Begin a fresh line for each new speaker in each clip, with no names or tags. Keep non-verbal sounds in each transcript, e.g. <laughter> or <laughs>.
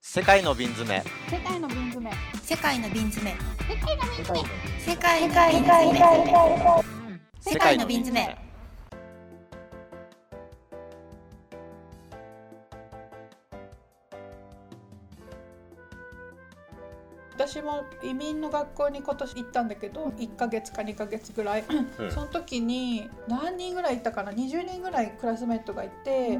世界の瓶詰め
世界の瓶詰め
世界の瓶詰め
世界の瓶詰め
世界の瓶詰め世界の瓶詰め
私も移民の学校に今年行ったんだけど1ヶ月か2ヶ月ぐらい
うん
<clears throat> その時に何人ぐらいいたかな20人ぐらいクラスメートがいて、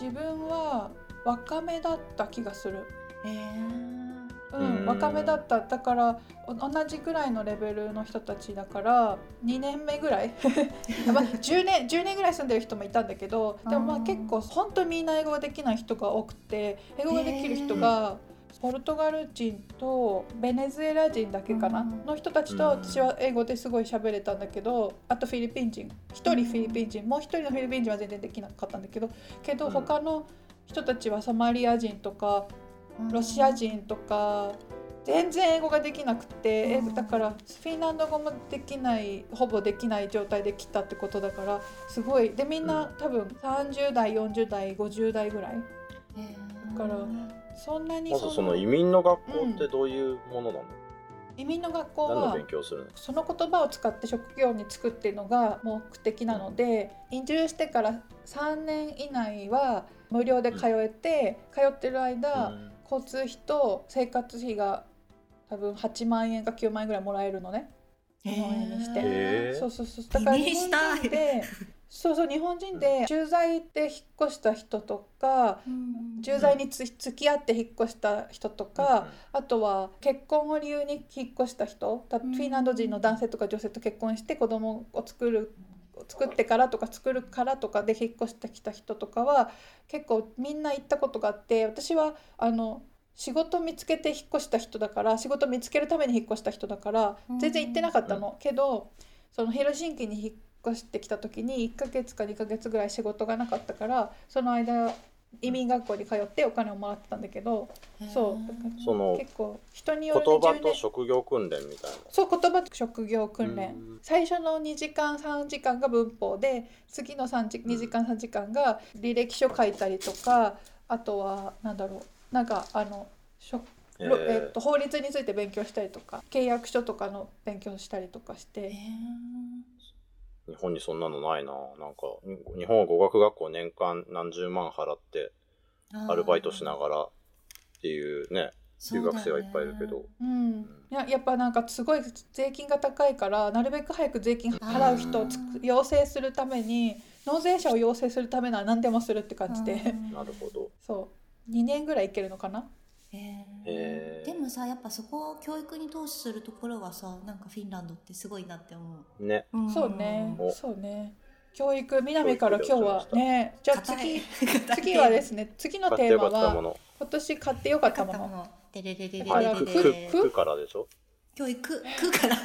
自分は若めだった気がする。
えー
う、
うんん
若めだっただからお同じぐらいのレベルの人たちだから2年目ぐらい、 <laughs> まあ、10, 年10年ぐらい住んでる人もいたんだけどでもまあ
あー
結構本当にみんな英語ができない人が多くて英語ができる人がポルトガル人とベネズエラ人だけかな
うん
の人たちと私は英語ですごい喋れたんだけどあとフィリピン人1人フィリピン人もう1人のフィリピン人は全然できなかったんだけどけど
うん
他の人たちはソマリア人とかロシア人とか全然英語ができなくて、え
うん
だからフィンランド語もできないほぼできない状態で来たってことだからすごいでみんな多分30代40代50代ぐらい
えー
からそんなに
ま
ん
ず
な
その移民の学校ってどういうものなの、
移民の学校
何の
は
勉強するの
その言葉を使って職業に就くっていうのが目的なので移住してから3年以内は無料で通えて、通ってる間、
うん
交通費と生活費が多分8万円か9万円ぐらいもらえるのね。
えー
日本円にして
へえ
そうそうそうだから
移
日
民し
本
たい
人でそうそう日本人で駐在で引っ越した人とか
うん
駐在につ付き合って引っ越した人とか、あとは結婚を理由に引っ越した人だフ
ん
ィンランド人の男性とか女性と結婚して子供を作る作ってからとか作るからとかで引っ越してきた人とかは結構みんな行ったことがあって私はあの仕事見つけて引っ越した人だから仕事見つけるために引っ越した人だから
うん
全然行ってなかったの、けどそのヘルシンキに引っ越してきた時に1ヶ月か2ヶ月ぐらい仕事がなかったからその間移民学校に通ってお金をもらってたんだけど。そうだから
その
結構人に
言
よるね
葉
10
と
年
職業訓練みたいな
そう言葉と職業訓練、
うん
最初の2時間3時間が文法で次の3時2時間3時間が履歴書書いたりとかあとはなんだろうなんかあの職
え
ろ
ー
えっと法律について勉強したりとか契約書とかの勉強したりとかして、
日本にそんなのないななんかに日本は語学学校年間何十万払ってアルバイトしながらっていうね留学生がいっぱいいるけど、
うん、いややっぱなんかすごい税金が高いからなるべく早く税金払う人をつく要請するために納税者を要請するためなら何でもするって感じで。
なるほど
そう2年ぐらいいけるのかな
へー
でもさやっぱそこを教育に投資するところがさなんかフィンランドってすごいなって思
ね
う、ん
そうね
お
そうね教育南から今日はねじゃあ
硬い
次次はですね次の
買っ
テ
て
ー
よか
マ
ったも
は
の
今年買ってよかっ
買
た
っ
も
たも
の
のでれれれれ
あ
れ
ら
はい
れ
く
く
れ
く
れ
くからでしょ
今日行くくから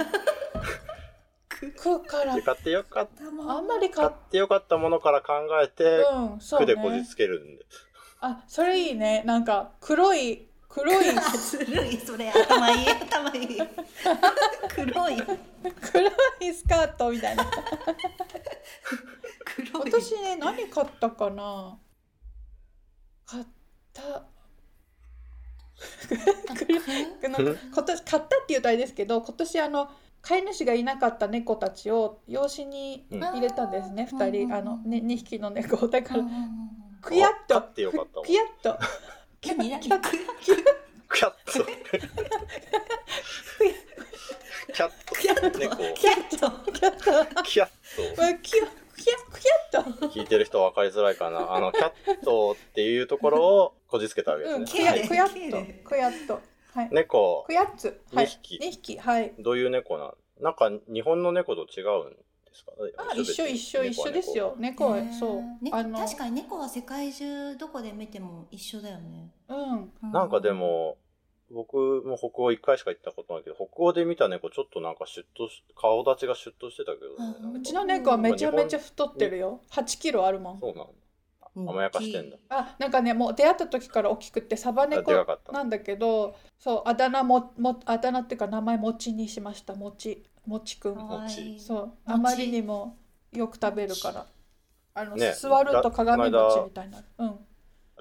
くから
で買ってよかっ
あんまり買
買
っ
ってよかったものから考えて、
うんそう
くでこじ
ね
つけるんで
あそれいいねなんか黒い
<laughs>
黒い
ずるいそれ頭いい頭いい黒い
黒いスカートみたいな
黒い
私ね何買ったかな買
<laughs>
ったあの
うん
今年買ったっていうとあれですけど今年あの飼い主がいなかった猫たちを養子に入れたんですね、
うん
二
うんうんうん
人あの、ね、2匹の猫だから、
何
くやっと
買ってよかったもん
くやっと
何
キャッ
く
<laughs> キャッ
<laughs>
トキャット猫
キャット
キャット
キャ
<laughs>
ッ
うわキヤキヤキヤッと
ト聞いてる人分かりづらいかなあのキャットっていうところをこじつけたわけです
うん
ね、
くや
はい
くやっ
きれい
とくやっとはい
猫
くやっつはい
二匹
二匹はい
どういう猫なんなんか日本の猫と違うんですか
あ一緒一緒一緒ですよ猫はそうあの
確かに猫は世界中どこで見ても一緒だよね
うん
なんかでも、僕も北欧一回しか行ったことないけど、北欧で見た猫ちょっとなんかシュッとし、顔立ちがシュッとしてたけどね
あー
な
うん
か
ちの猫はめちゃめちゃ太ってるよ8キロあるもん
そうなんだ。
うん
甘やかしてんだ。
あなんかねもう出会った時から大きくてサバ
あでか
猫
かった
なんだけどそうあだ名ももあだ名っていうか名前もちにしましたもちもちくん
かわいい
そうあまりにもよく食べるからあの、
ね
座ると鏡
だこ
餅
の間
みたいなうん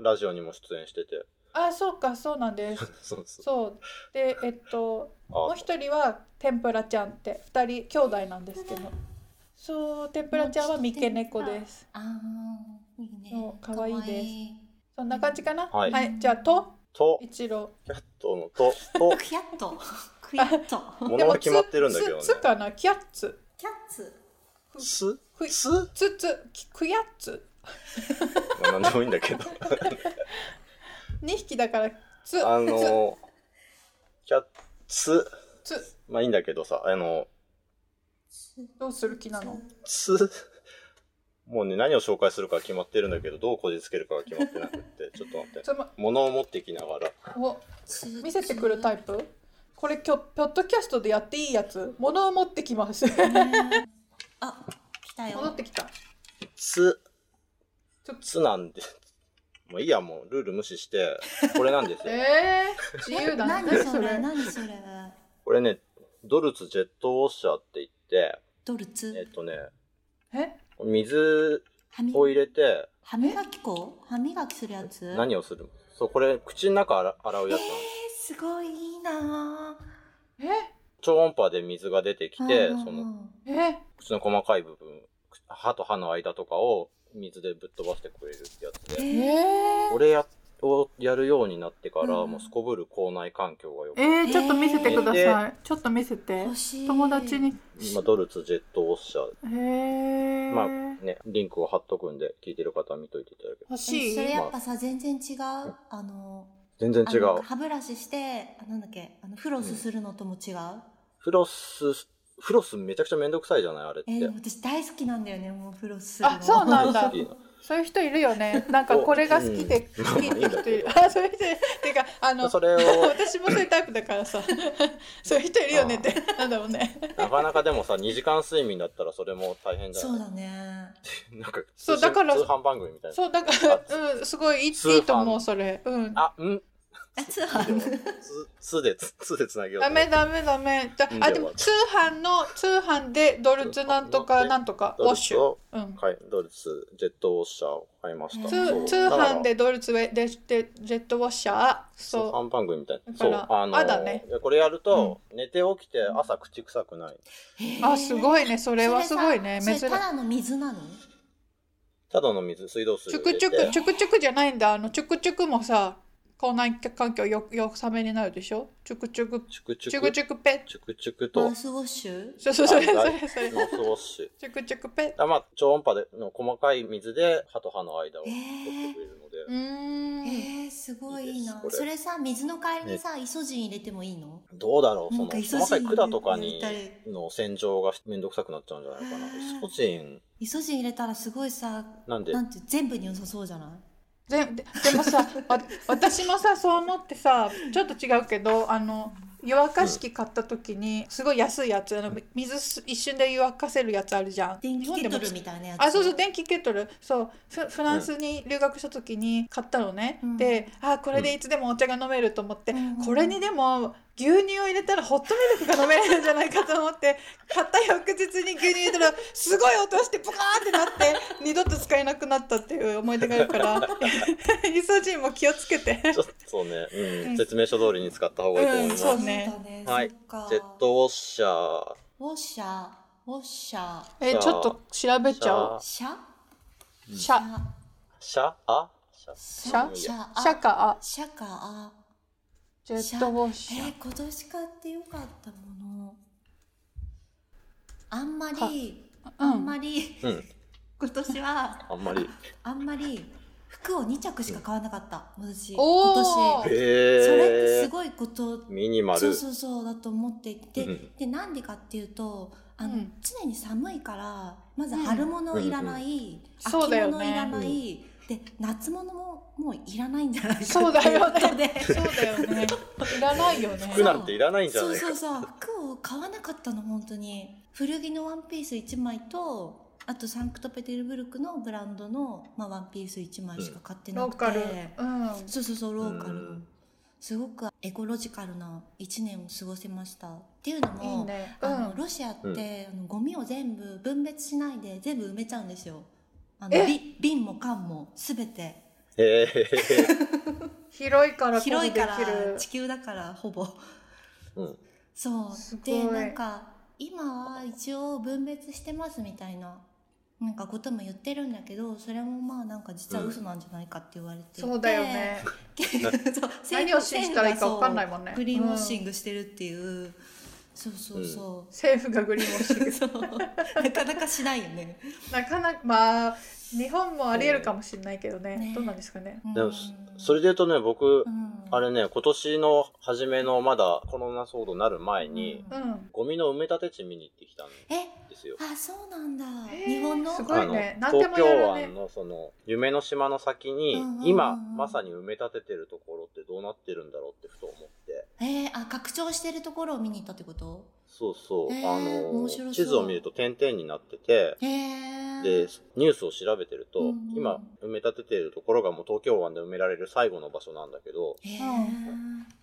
ラジオにも出演してて、
あそうかそうなん
<laughs>
です
そうそう。
そうでえっともう
あ、
一人は天ぷらちゃんって二人兄弟なんですけどそう天ぷらちゃんは三毛猫です
ああ、いいね
そう。可愛いです
可愛い
そんな感じかなは、
はいい
じゃあと
と、
一郎
キャットのと、
<laughs>
と、
くやっと。くやっと。
ものは決まってるんだけどね
つ。つかなキャッツ
キャッツ。
す
くい
す
つつきくやっつ
まあ、なんでもいいんだけど。
二匹だからつ
あの、キャッツ、
つつ
まあいいんだけどさ、あの、
どうする気なの
つ、もうね、何を紹介するか決まってるんだけど、どうこじつけるかが決まってなくって、 <laughs> ちょっと待って。
つま
物を持ってきながら、
お
つ
見せてくるタイプこれきょポッドキャストでやっていいやつ物を持ってき
<laughs>
ます
ねあ、来た
戻っ
よ。
てきた
つ
ちょっ、と
つなんで、もういいや、もうルール無視して、これなんです
<laughs>
よ。
えー、自由だね
何そ
そ
れ、
れ
何それ。
これね、ドルツジェットウォッシャーって言って、
ドル
えっ
ツ。
とね、
え
水
歯み
を入れて、
歯磨き粉歯磨きするやつ
何をするそう、これ、口の中洗洗うやつなの。
えーすごいいいな
え
超音波で水が出てき
ぁ
て、
うんうんうん
その、
え
口の細かい部分、口歯と歯の間とかを水でぶっ飛ばしてくれるってやつ
え
で、
ー
えー
これや、をやるようになってから、
うん
もうすこぶる口内環境が良く、
えー、ちょっと見せてください。ちょっと見せて
欲。しい
友達に。
今、ドルツジェットウォッシャー、
えー、
まあね、リンクを貼っとくんで、聞いてる方は見といていただけ
そ
欲しい。
れやっぱさ全然違うあの
全然違
あの
う。
歯ブラシしてあなんだっけあのフロスするのとも違う、
フロス、フロスめちゃくちゃめんどくさいじゃないあれって。
えーでも私大好きなんだよねもうフロスするの
あ、そうなんだ
いいな。
そういう人いるよね。なんかこれが好きで
うん
好きって人いる。
ま
あ、そういう人いる。てかあの
それを
私もそういうタイプだからさ、 <laughs> そういう人いるよねってなんだろうね。
なかなかでもさ、2時間睡眠だったらそれも大変じゃ
そ
な
うだ
い <laughs>
ね
なんか、
そうだから
通販番組みたいな。
そうだからうんすごいいいい
通販
いと思うそれ。うん。
あ、ん
あ通販
つ、つで、つ、つでつなげよう
ダ
と思
メ
って。
ダメダメ。だ
いいんだ
あ
よ
でも通販の通販でドルツなんとかなんとかウォッシュ。
ドル
うん
ツ。をはい、ドルツ、ジェットウォッシャーを買いました。
ね
そう
通通販でドルツウェででジェットウォッシャー。
通
そう。
販番組みたい
だ
な。
か
そう、
ら
あのー
あだね
いやこれやると、寝て起きて朝口臭くない。
あす
い
ごいねそ
そ
れはすごいね
さ
珍し
そ
い
れ。ただの水なの
ただの水、水道水
チ
を
ュ
入
ク
れ
チ
て。
ュクチュクチュクじゃないんだあのチュクチュクもさ口内環境よよさめになるでしょチュクチュク
チュクチ
チ
ュ
ュク
ク。
チュクペ
チュクチュク
マ
と
ウ、スウォッシュ
そうそうそれそ
あ
れそれ
ノースウォッシュ。
チュクチュクペ
あまあ、超音波での細かい水で歯と歯の間を取ってくれるので、
うー
え
ん、
ー、すごいいい
いい
な
です
そ
これ
れさ水の代わりにさ、イソジン入れてもいいの
どうだろう
な
そ
ん
の
かイソ
細
ジ
か
ン
い管とかに
入れた
の洗浄がめんどくさくなっちゃうんじゃないかな
あー
イソジン
イソジン入れたらすごいさ
なんで
なんて全部に良さそうじゃない
でででもさ <laughs> わ私もさそう思ってさちょっと違うけどあの湯沸かし器買った時にすごい安いやつあの水す一瞬で湯沸かせるやつあるじゃん
電気ケト
日本で
ル
も
みたいなやつ
あそうそう電気ケトルそうフフランスに留学した時に買ったのね、
うん
であこれでいつでもお茶が飲めると思って、
うん
これにでも牛乳を入れたらホットミルクが飲めるんじゃないかと思って買った翌日に牛乳入れたらすごい音してブカーンってなって <laughs> 二度と使えなくなったっていう思い出があるから <laughs> イソジンも気をつけて
ちょっとね、うん
うん
説明書通りに使った方がいいと思います、
そうね
だね
はい
そっか
ジェットウォッシャー
ウォッシャーウォッシャ
えちょっと調べちゃおう
ーシャ
シャ
シ
シ
ャ
シャあシャ
シ
ャ
シャ
ャかあ
シャかあ
ジェットウォッシ
え
ャー
ー、今年買ってよかったものあんまり
う
あん
ん
まり
うん
<laughs> 今年は
あんまり
あんまり服を2着しか買わなかった私
お
今
ー
年
へ
それって
え
すごいこと
ミニマル
そうそうそうだと思っていて、
うん
でなんでかっていうとあの、
うん
常に寒いからまず春物いらない、秋
そうだよ
物
ね
いらない、で夏物ももういらないんじゃないか
そうだよ
っ
ね
ていうことで
そうだよ <laughs> ねいらないよね
服なんていらないんじゃ
そう
ないか
そうそう服を買わなかったの本当に古着のワンピース1枚とあとサンクトペテルブルクのブランドの、まあ、ワンピース1枚しか買ってな
ロ
く
ー
て、
カルうん
そうそうそうローカル、
うん
すごくエコロジカルな1年を過ごせましたっていうのも
いいねう
あの
ん
ロシアって、
うん
あのゴミを全部分別しないで全部埋めちゃうんですよあの
え
び瓶も缶も全て
へえ
広いから
広いから
こそできる
地球だからほぼ
うん。
そう
すごい
でなんか今は一応分別してますみたいななんかことも言ってるんだけどそれもまあなんか実は嘘なんじゃないかって言われていて、
そうだよね
結構 <laughs> そう
<laughs> 何を信じたらいいか分かんないもんね
グリーンウォッシ
うん
ングしてるっていう、そうそうそ
政府がグリーンウォッシン
う、
グ
<laughs> そうなかなかしないよね、
なかなかまあ日本もありえるかもしれないけどね、
ね
どうなんですかね
うん
でも、そそれで言うとね、僕
う、ん
あれね、今年の初めのまだコロナ騒動になる前に、
う
うん
ん
ゴミの埋め立て地見に行ってきたん
え
ですよ。
あそうなんだ、
へー
日本の
すごい
あの
ね何で
東
もやるね
京湾のその夢の島の先に、
うんうんうんうん
今まさに埋め立ててるところってどうなってるんだろうってふと思って
えー、あ拡張してるところを見に行ったってこと
そうそう、
えー
あの
面白そう
地図を見ると点々になってて
へえ
でニュースを調べてると、
うんうん
今埋め立ててるところがもう東京湾で埋められる最後の場所なんだけど
へえ、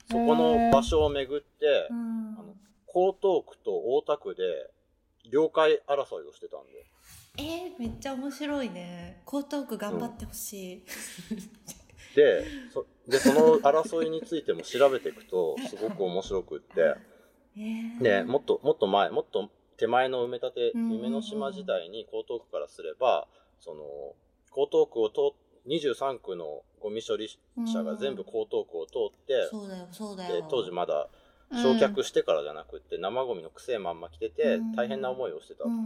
そこの場所を巡って、
うん
あの江東区と大田区で領海争いをしてたんで
えー、めっちゃ面白いね江東区頑張ってほしい、
でそでその争いについても調べていくとすごく面白く <laughs> って。
<laughs> えー
ね、もっともっと前もっと手前の埋め立て、
うんうんうん
夢の島時代に江東区からすればその江東区を通23区のゴミ処理車が全部江東区を通って、
そうだよそうだ
で
よ
当時まだ
うん
焼却してからじゃなくって、生ゴミの癖まんま来てて
うん
大変な思いをしてた
うんうんうん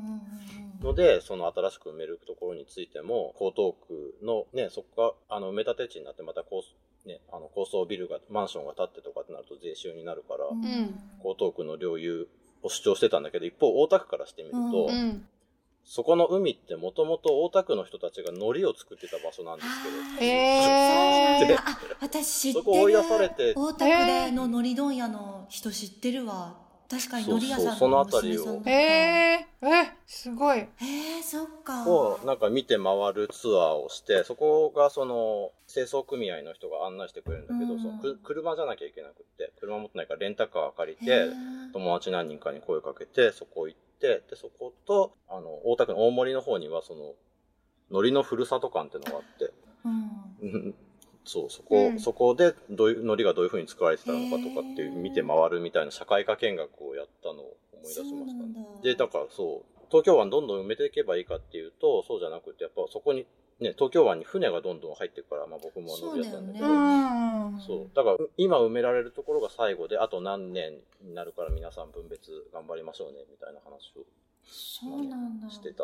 うん
ので、その新しく埋めるところについても江東区の、ね、そこがあの埋め立て地になってまた高,、ね、あの高層ビルがマンションが建ってとかってなると税収になるから。
うん
江東区の領有を主張してたんだけど一方大田区からしてみる
う
と、
うん
そこの海ってもともと大田区の人たちが海苔を作ってた場所なんです
あーそう
え
ー
なんだあ私知ってる
そこ追い出されて
大田区での海苔問屋の人知ってるわ確かに海苔屋さん
そうそうその辺
娘
りを
さんだった
えええすごい
えー、そっか
けど、をなんか見て回るツアーをしてそこがその清掃組合の人が案内してくれるんだけど、
うん
そのく車じゃなきゃいけなくって車持ってないからレンタカー借り
へ
て
ー
友達何人かに声をかけてそこ行ってでそことあの大田区の大森の方にはその海苔のふるさと館ってのがあって。 <laughs>
うん
うんそうそこ、
うん
そこでどういうのりがどういうふうに作られてたのかとかってい
へー
う見て回るみたいな社会科見学をやったのを思い出し
そ
ま
う
し
な
た
ん
ね
だ
でだからそう東京湾どんどん埋めていけばいいかっていうとそうじゃなくてやっぱそこにね東京湾に船がどんどん入ってくから、まあ、僕も乗りやったんだけ
う
ど
よね
ん
そうだから今埋められるところが最後であと何年になるから皆さん分別頑張りましょうねみたいな話を
そうなんだ
してた。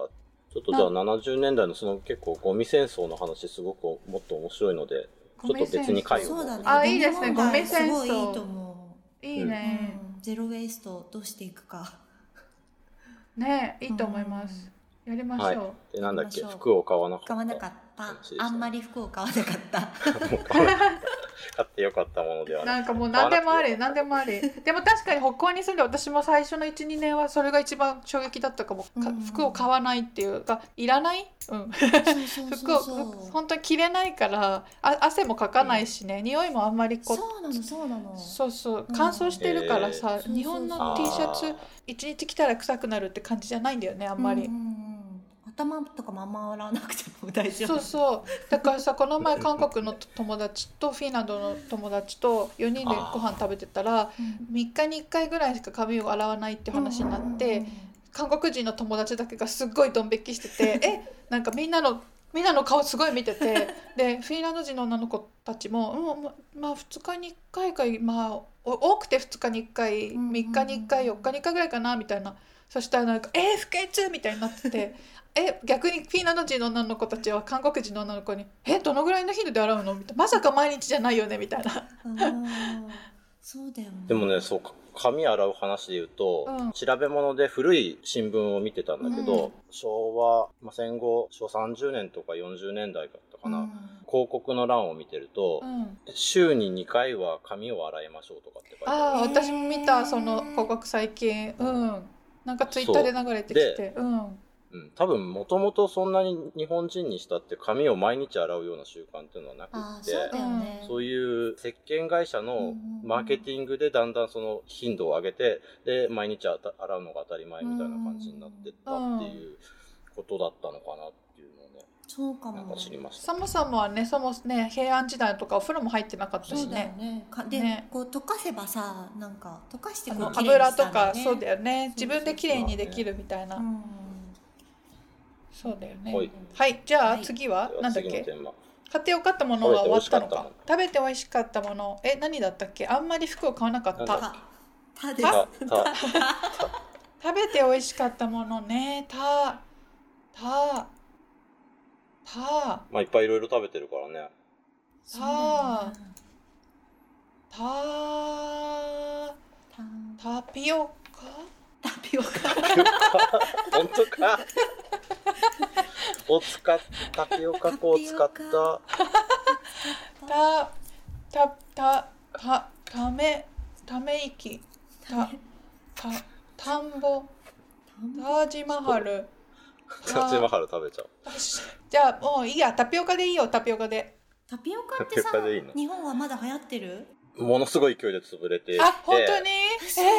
ちょっとじゃあ70年代のその結構ゴミ戦争の話すごくもっと面白いので、ちょっと別に回を。
そうだね
あいいですね
ゴミ問題
ゴミ戦争
すごいいいと思、
いいうね、
うん、ゼロウェイストどうしていくか
ねいいと思います、やりましょう、
で、なんだっ
行
け、
きましょう
服を買わなかった。
買わなかっ
楽しいです
た
ね
あんまり服を買わなかった
もう買わなかった買ってよかったものではない。
なんかもう何でもあり
買
何
わなく
でもありでも確かに北港に住んで私も最初の12年はそれが一番衝撃だったかもか
うん
服を買わないっていうかいらない、うん、
そう <laughs>
服
そうそ
を
う
ふ
そう
本当に着れないからあ汗もかかないしね、匂いもあんまりこう
そうなのそうなの
そうそう
うん
乾燥してるから
え
さ、
ー
日本
そう
の
そう
T
そう
シャツ一日着たら臭くなるって感じじゃないんだよねあんまり、
うんうんうん頭とかもあんま洗わなくても大丈夫
そうそうだからさこの前韓国の友達とフィンランドの友達と4人でご飯食べてたら
うん
3日に1回ぐらいしか髪を洗わないって話になって、
うんうんうん
韓国人の友達だけがすっごいドン引きしてて
<laughs>
えなんかみんなのみんなの顔すごい見ててでフィンランド人の女の子たちも、うんままあ2日に1回か、まあ、お多くて2日に1回
うんうんうん
3日に1回4日に1回ぐらいかなみたいなそしたらなんか「えー、不潔!」みたいになっててえ逆にフィンランド人の女の子たちは韓国人の女の子に「えどのぐらいの頻度で洗うの?」みたいな「まさか毎日じゃないよね」みたいな。
うんそうだよね
てでもね、そうか。髪洗う話で言うと、
うん
調べ物で古い新聞を見てたんだけど、
うん
昭和、まあ、戦後、昭和30年とか40年代だったかな。
うん
広告の欄を見てると、
うん、
週に2回は髪を洗いましょうとかって書いてあ
ああ
へー
私も見たその広告最近うんなんかツイッターで流れてきてうん。
る。うん。多分、もともとそんなに日本人にしたって髪を毎日洗うような習慣っていうのはなく
あ
っ
ー
て。
そうだよね
そういう石鹸会社
うんう
の
んうん
マーケティングでだんだんその頻度を上げて、で、毎日あた洗うのが当たり前みたいな感じになってったっていうことだったのかなっていうのをね、
そうか
なんか
も
知りました。
そもそもはねそもね平安時代とかお風呂も入ってなかった
そ
し
うだよ
ね
ねかで
ね
こう溶かせばさなんか溶かして
あ
こう
の
綺麗にし
油と
たら
か
ね
そうだよね
そ
自
うそうそう
分で綺麗にできるみたいな
うん
そうだよ
は
ね
い
はいじゃ
は
あ
い
次は
では
なんだっ
次のテ
け
ーマ。
買ってよかったものは終わったのか
食
食べて美味しかったものえ何だったっけあんまり服を買わなかった
なん
たたです
た、た、
食べて美味しかったものねたたた
まあいっぱいいろいろ食べてるか
<laughs>
らね。
そうだよね
た
た
タピオカ
タピオカ
本当か。を使ったタピオカ粉を使っ
タピオ
た
カ
たたたたためため息たた田んぼタージマハル
タチマハル食べちゃう。
<laughs> じゃあもういいやタピオカでいいよタピオカで
タピオカってさ
タピオカでいいの
日本はまだ流行ってる
ものすごい勢いで潰れていって
あ本当に
嘘
え
で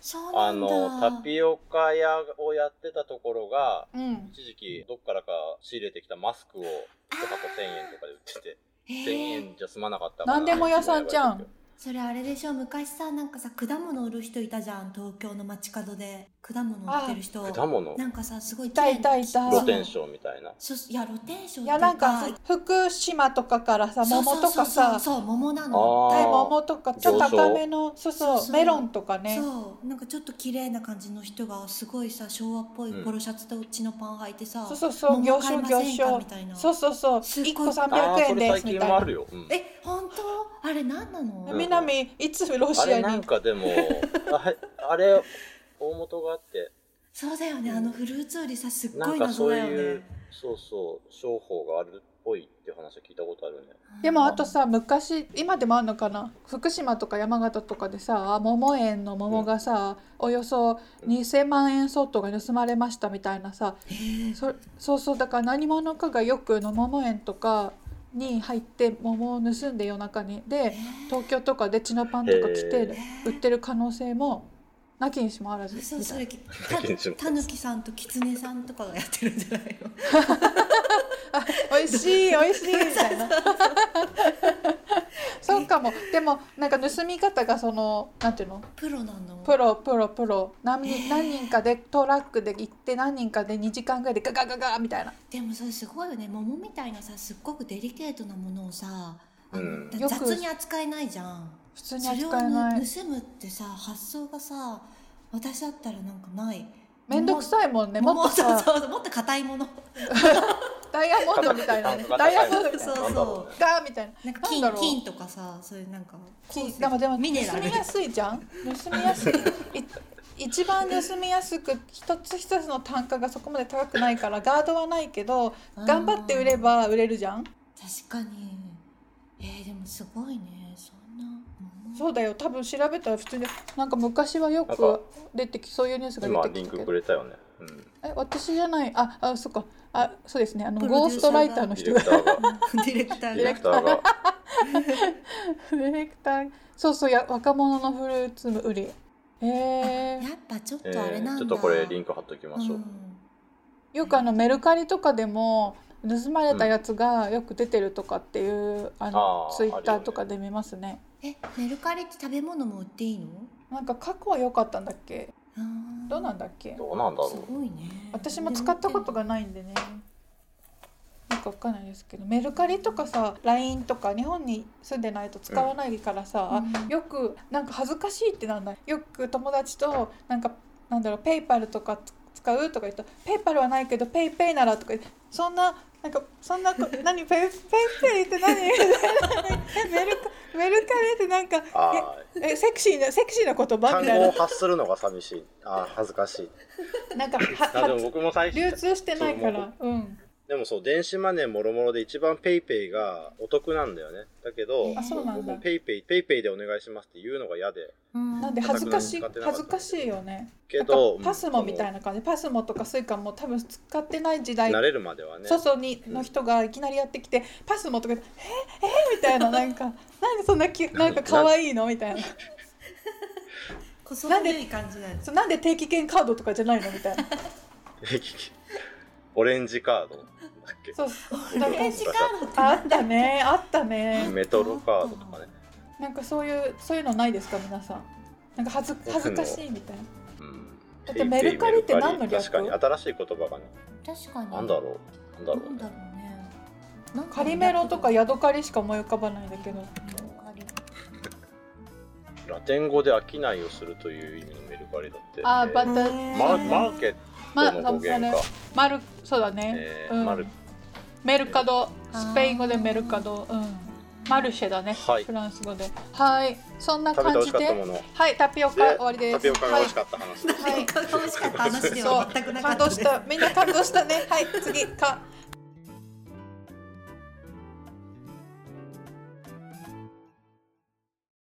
そう
あ
なんだ
のタピオカ屋をやってたところが
ーうん
一時期どっからか仕入れてきたマスクを1箱1000円とかで売ってて
え
1000
ー
円じゃ済まなかったから
なんでも屋さんじゃん
それあれでしょ昔さなんかさ果物売る人いたじゃん東京の街角で果物売ってる人
果物
なんかさすごい
いたいたいた
露天商みたいな
そういや露天商
いやなんか福島とかからさ桃と
そう
かさ
そうそうそう桃な
あ
の
ー
はい桃とかちょっと高めのそうそう
そうそう
メロンとかね
そうなんかちょっと綺麗な感じの人がすごいさ昭和っぽい
うん
ポロシャツとチノパン履いてさ、
そうそうそう
桃
行
買い
商
ま
行
せんか
商
みたいな
そうそうそう
すっごい
1個
あ
300
ーそ
円
れ
です
最
み
近
たい
もあ
な
るよ、うん
え本当あれ何なの、
うん
南いつロ
あ
シ
れ
ア
な
に
んかでもあれあれ大元があって
そうだよねあのフルーツ売りさすっ
な
ご
ん
い
か
謎
そう
だよね
いうそうそう商法があるっぽいって話は聞いたことあるね
でもあとさ昔今でもあるのかな福島とか山形とかでさ桃園の桃がさ、およそ2,000万円相当が盗まれましたみたいなさ
へー
そそうそうだから何者かがよくの桃園とかに入って桃を盗んで夜中にで東京とかでチノパンとか来
へ
て売ってる可能性もなきにしもあらずみたい
そう
な
それ
気にします
たたぬきさんときつねさんとかがやってるんじゃない
<laughs>
の
美味しい美味しいみたいな <laughs> そうかもでもなんか盗み方がそのなんていうの
プロなの
プロプロプロ何人何人かでトラックで行って何人かで2時間ぐらいでガガガガみたいな
でもそれすごいよね桃みたいなさすっごくデリケートなものをさ、あの
うん
よく
雑に扱えないじゃん
普通に
それを
扱えない
盗むってさ発想がさ私だったらなんかない
面倒く
い
さいもんねもっと
そう
さ
そうそうもっと硬いもの
ダイヤモンドみた
<laughs>
いなね
価格が
ダイヤ
高い
モン
も
ド
ん
みた
そう
いな
なんだろうね
ガーみたいな
なんか
なん
金
だろう
金とかさそういうなんか
金でもでも盗
ミ
み
ネラル
やすいじゃん盗み
<laughs>
やすいい一番盗みやすく一つ一つの単価がそこまで高くないからガードはないけど頑張って売れば売れるじゃん
確かにえー、でもすごいねそんな
<laughs>
桃
そうだよ多分調べたら普通になんか昔はよ
なんか
く出てきそういうニュースが
今
出て
リ
き
ン
たけ
ク
ど
くれたよね、うん、
え私じゃないああそっかあそうですねあの
プロデュー
ゴー
サー
ストライターの
ディ
人が
レクターが
ディレクタ
ディ
ー
レ
が
クターが
ディレクターそうそうや若者のフルーツ売りへえ
やっぱ <laughs> ちょっ
え
とあれなんだ、
ーちょっとこれリンク貼っときましょう、
うん
よくあのメルカリとかでも盗まれたやつがよく出てるとかっていう、あの
あー
ツイッタ
あるよ
ー
ね
とかで見ますね
えメルカリって食べ物も売っていいの
なんか過去は良かったんだっけどうなん
だ
だっけ
どうなんだろ
す
う
ごいね
私も使ったことがないんでねなんかわかんないですけどメルカリとかさ LINE とか日本に住んでないと使わないからさ、
うん
よくなんか恥ずかしいってなんだよく友達となんかなんだろうペイパルとかつ使うとか言ったら「ペイパルはないけどペイペイなら」とか言ってそんななんか
<laughs>
そんなこ何ペイペイペイって何メルカメルカリってなんか
あー
ええセクシーなセクシーな言葉
単
みたい
語を
な
発するのが寂しいあー恥ずかしい
なんか
あでも
は
僕も最
流
初
通してないからうん。
でもそう電子マネーもろもろで一番ペイペイがお得なんだよねだけど
あそうなん
僕
だ
もペイペイペイペイでお願いしますって言うのが嫌で
うん
なんで恥ずかしい
全く使ってなかっ
恥
た
ずかしいよね。
けど
なんかパスモみたい
な
な感じ、パスモとかスイカも多分使ってない時代、
慣れるまではね
そうそうに
うん
の人がいきなりやってきて、パスモとか言ってええみたいななんか <laughs> なんでそんなきなんか可愛いのみたいな。
こそばゆい感じだよ
<laughs>
そうなんで定期券カードとかじゃないのみたいな。
平気オレンジカードだっけ
そう
オレンジカードって
あったねあったね
メトロカードとかね。
なんかそういうそういうのないですか皆さんなんか恥ず恥ずかしいみたいな
うん
だってメルカリって何の略
確かに新しい言葉がね。
確かに
なんだろう。なんだろ
な
うん
だろ。
ね
うねなんか
カリメロとかヤドカリしか思い浮かばないんだけど
カリ
ラテン語で商いをするという意味のメルカリだって。
あ
えー
バタ
マ
ね
マーケッ
ま
トの語源か。
マルそうだね、
え
う
ー
ん
マル
メルカド
あー
スペイン語でメルカド、うん、マルシェだね、
はい
フランス語ではいそんな
食べて
感じ
美味しかった
で
もの。
はいタピオカ終わりです
タピオカが美味し
っ
かった話。
はい、
美味しかった話で
そ
は
う
全くなか
感
った
動
です
したみんな感動したねはい次か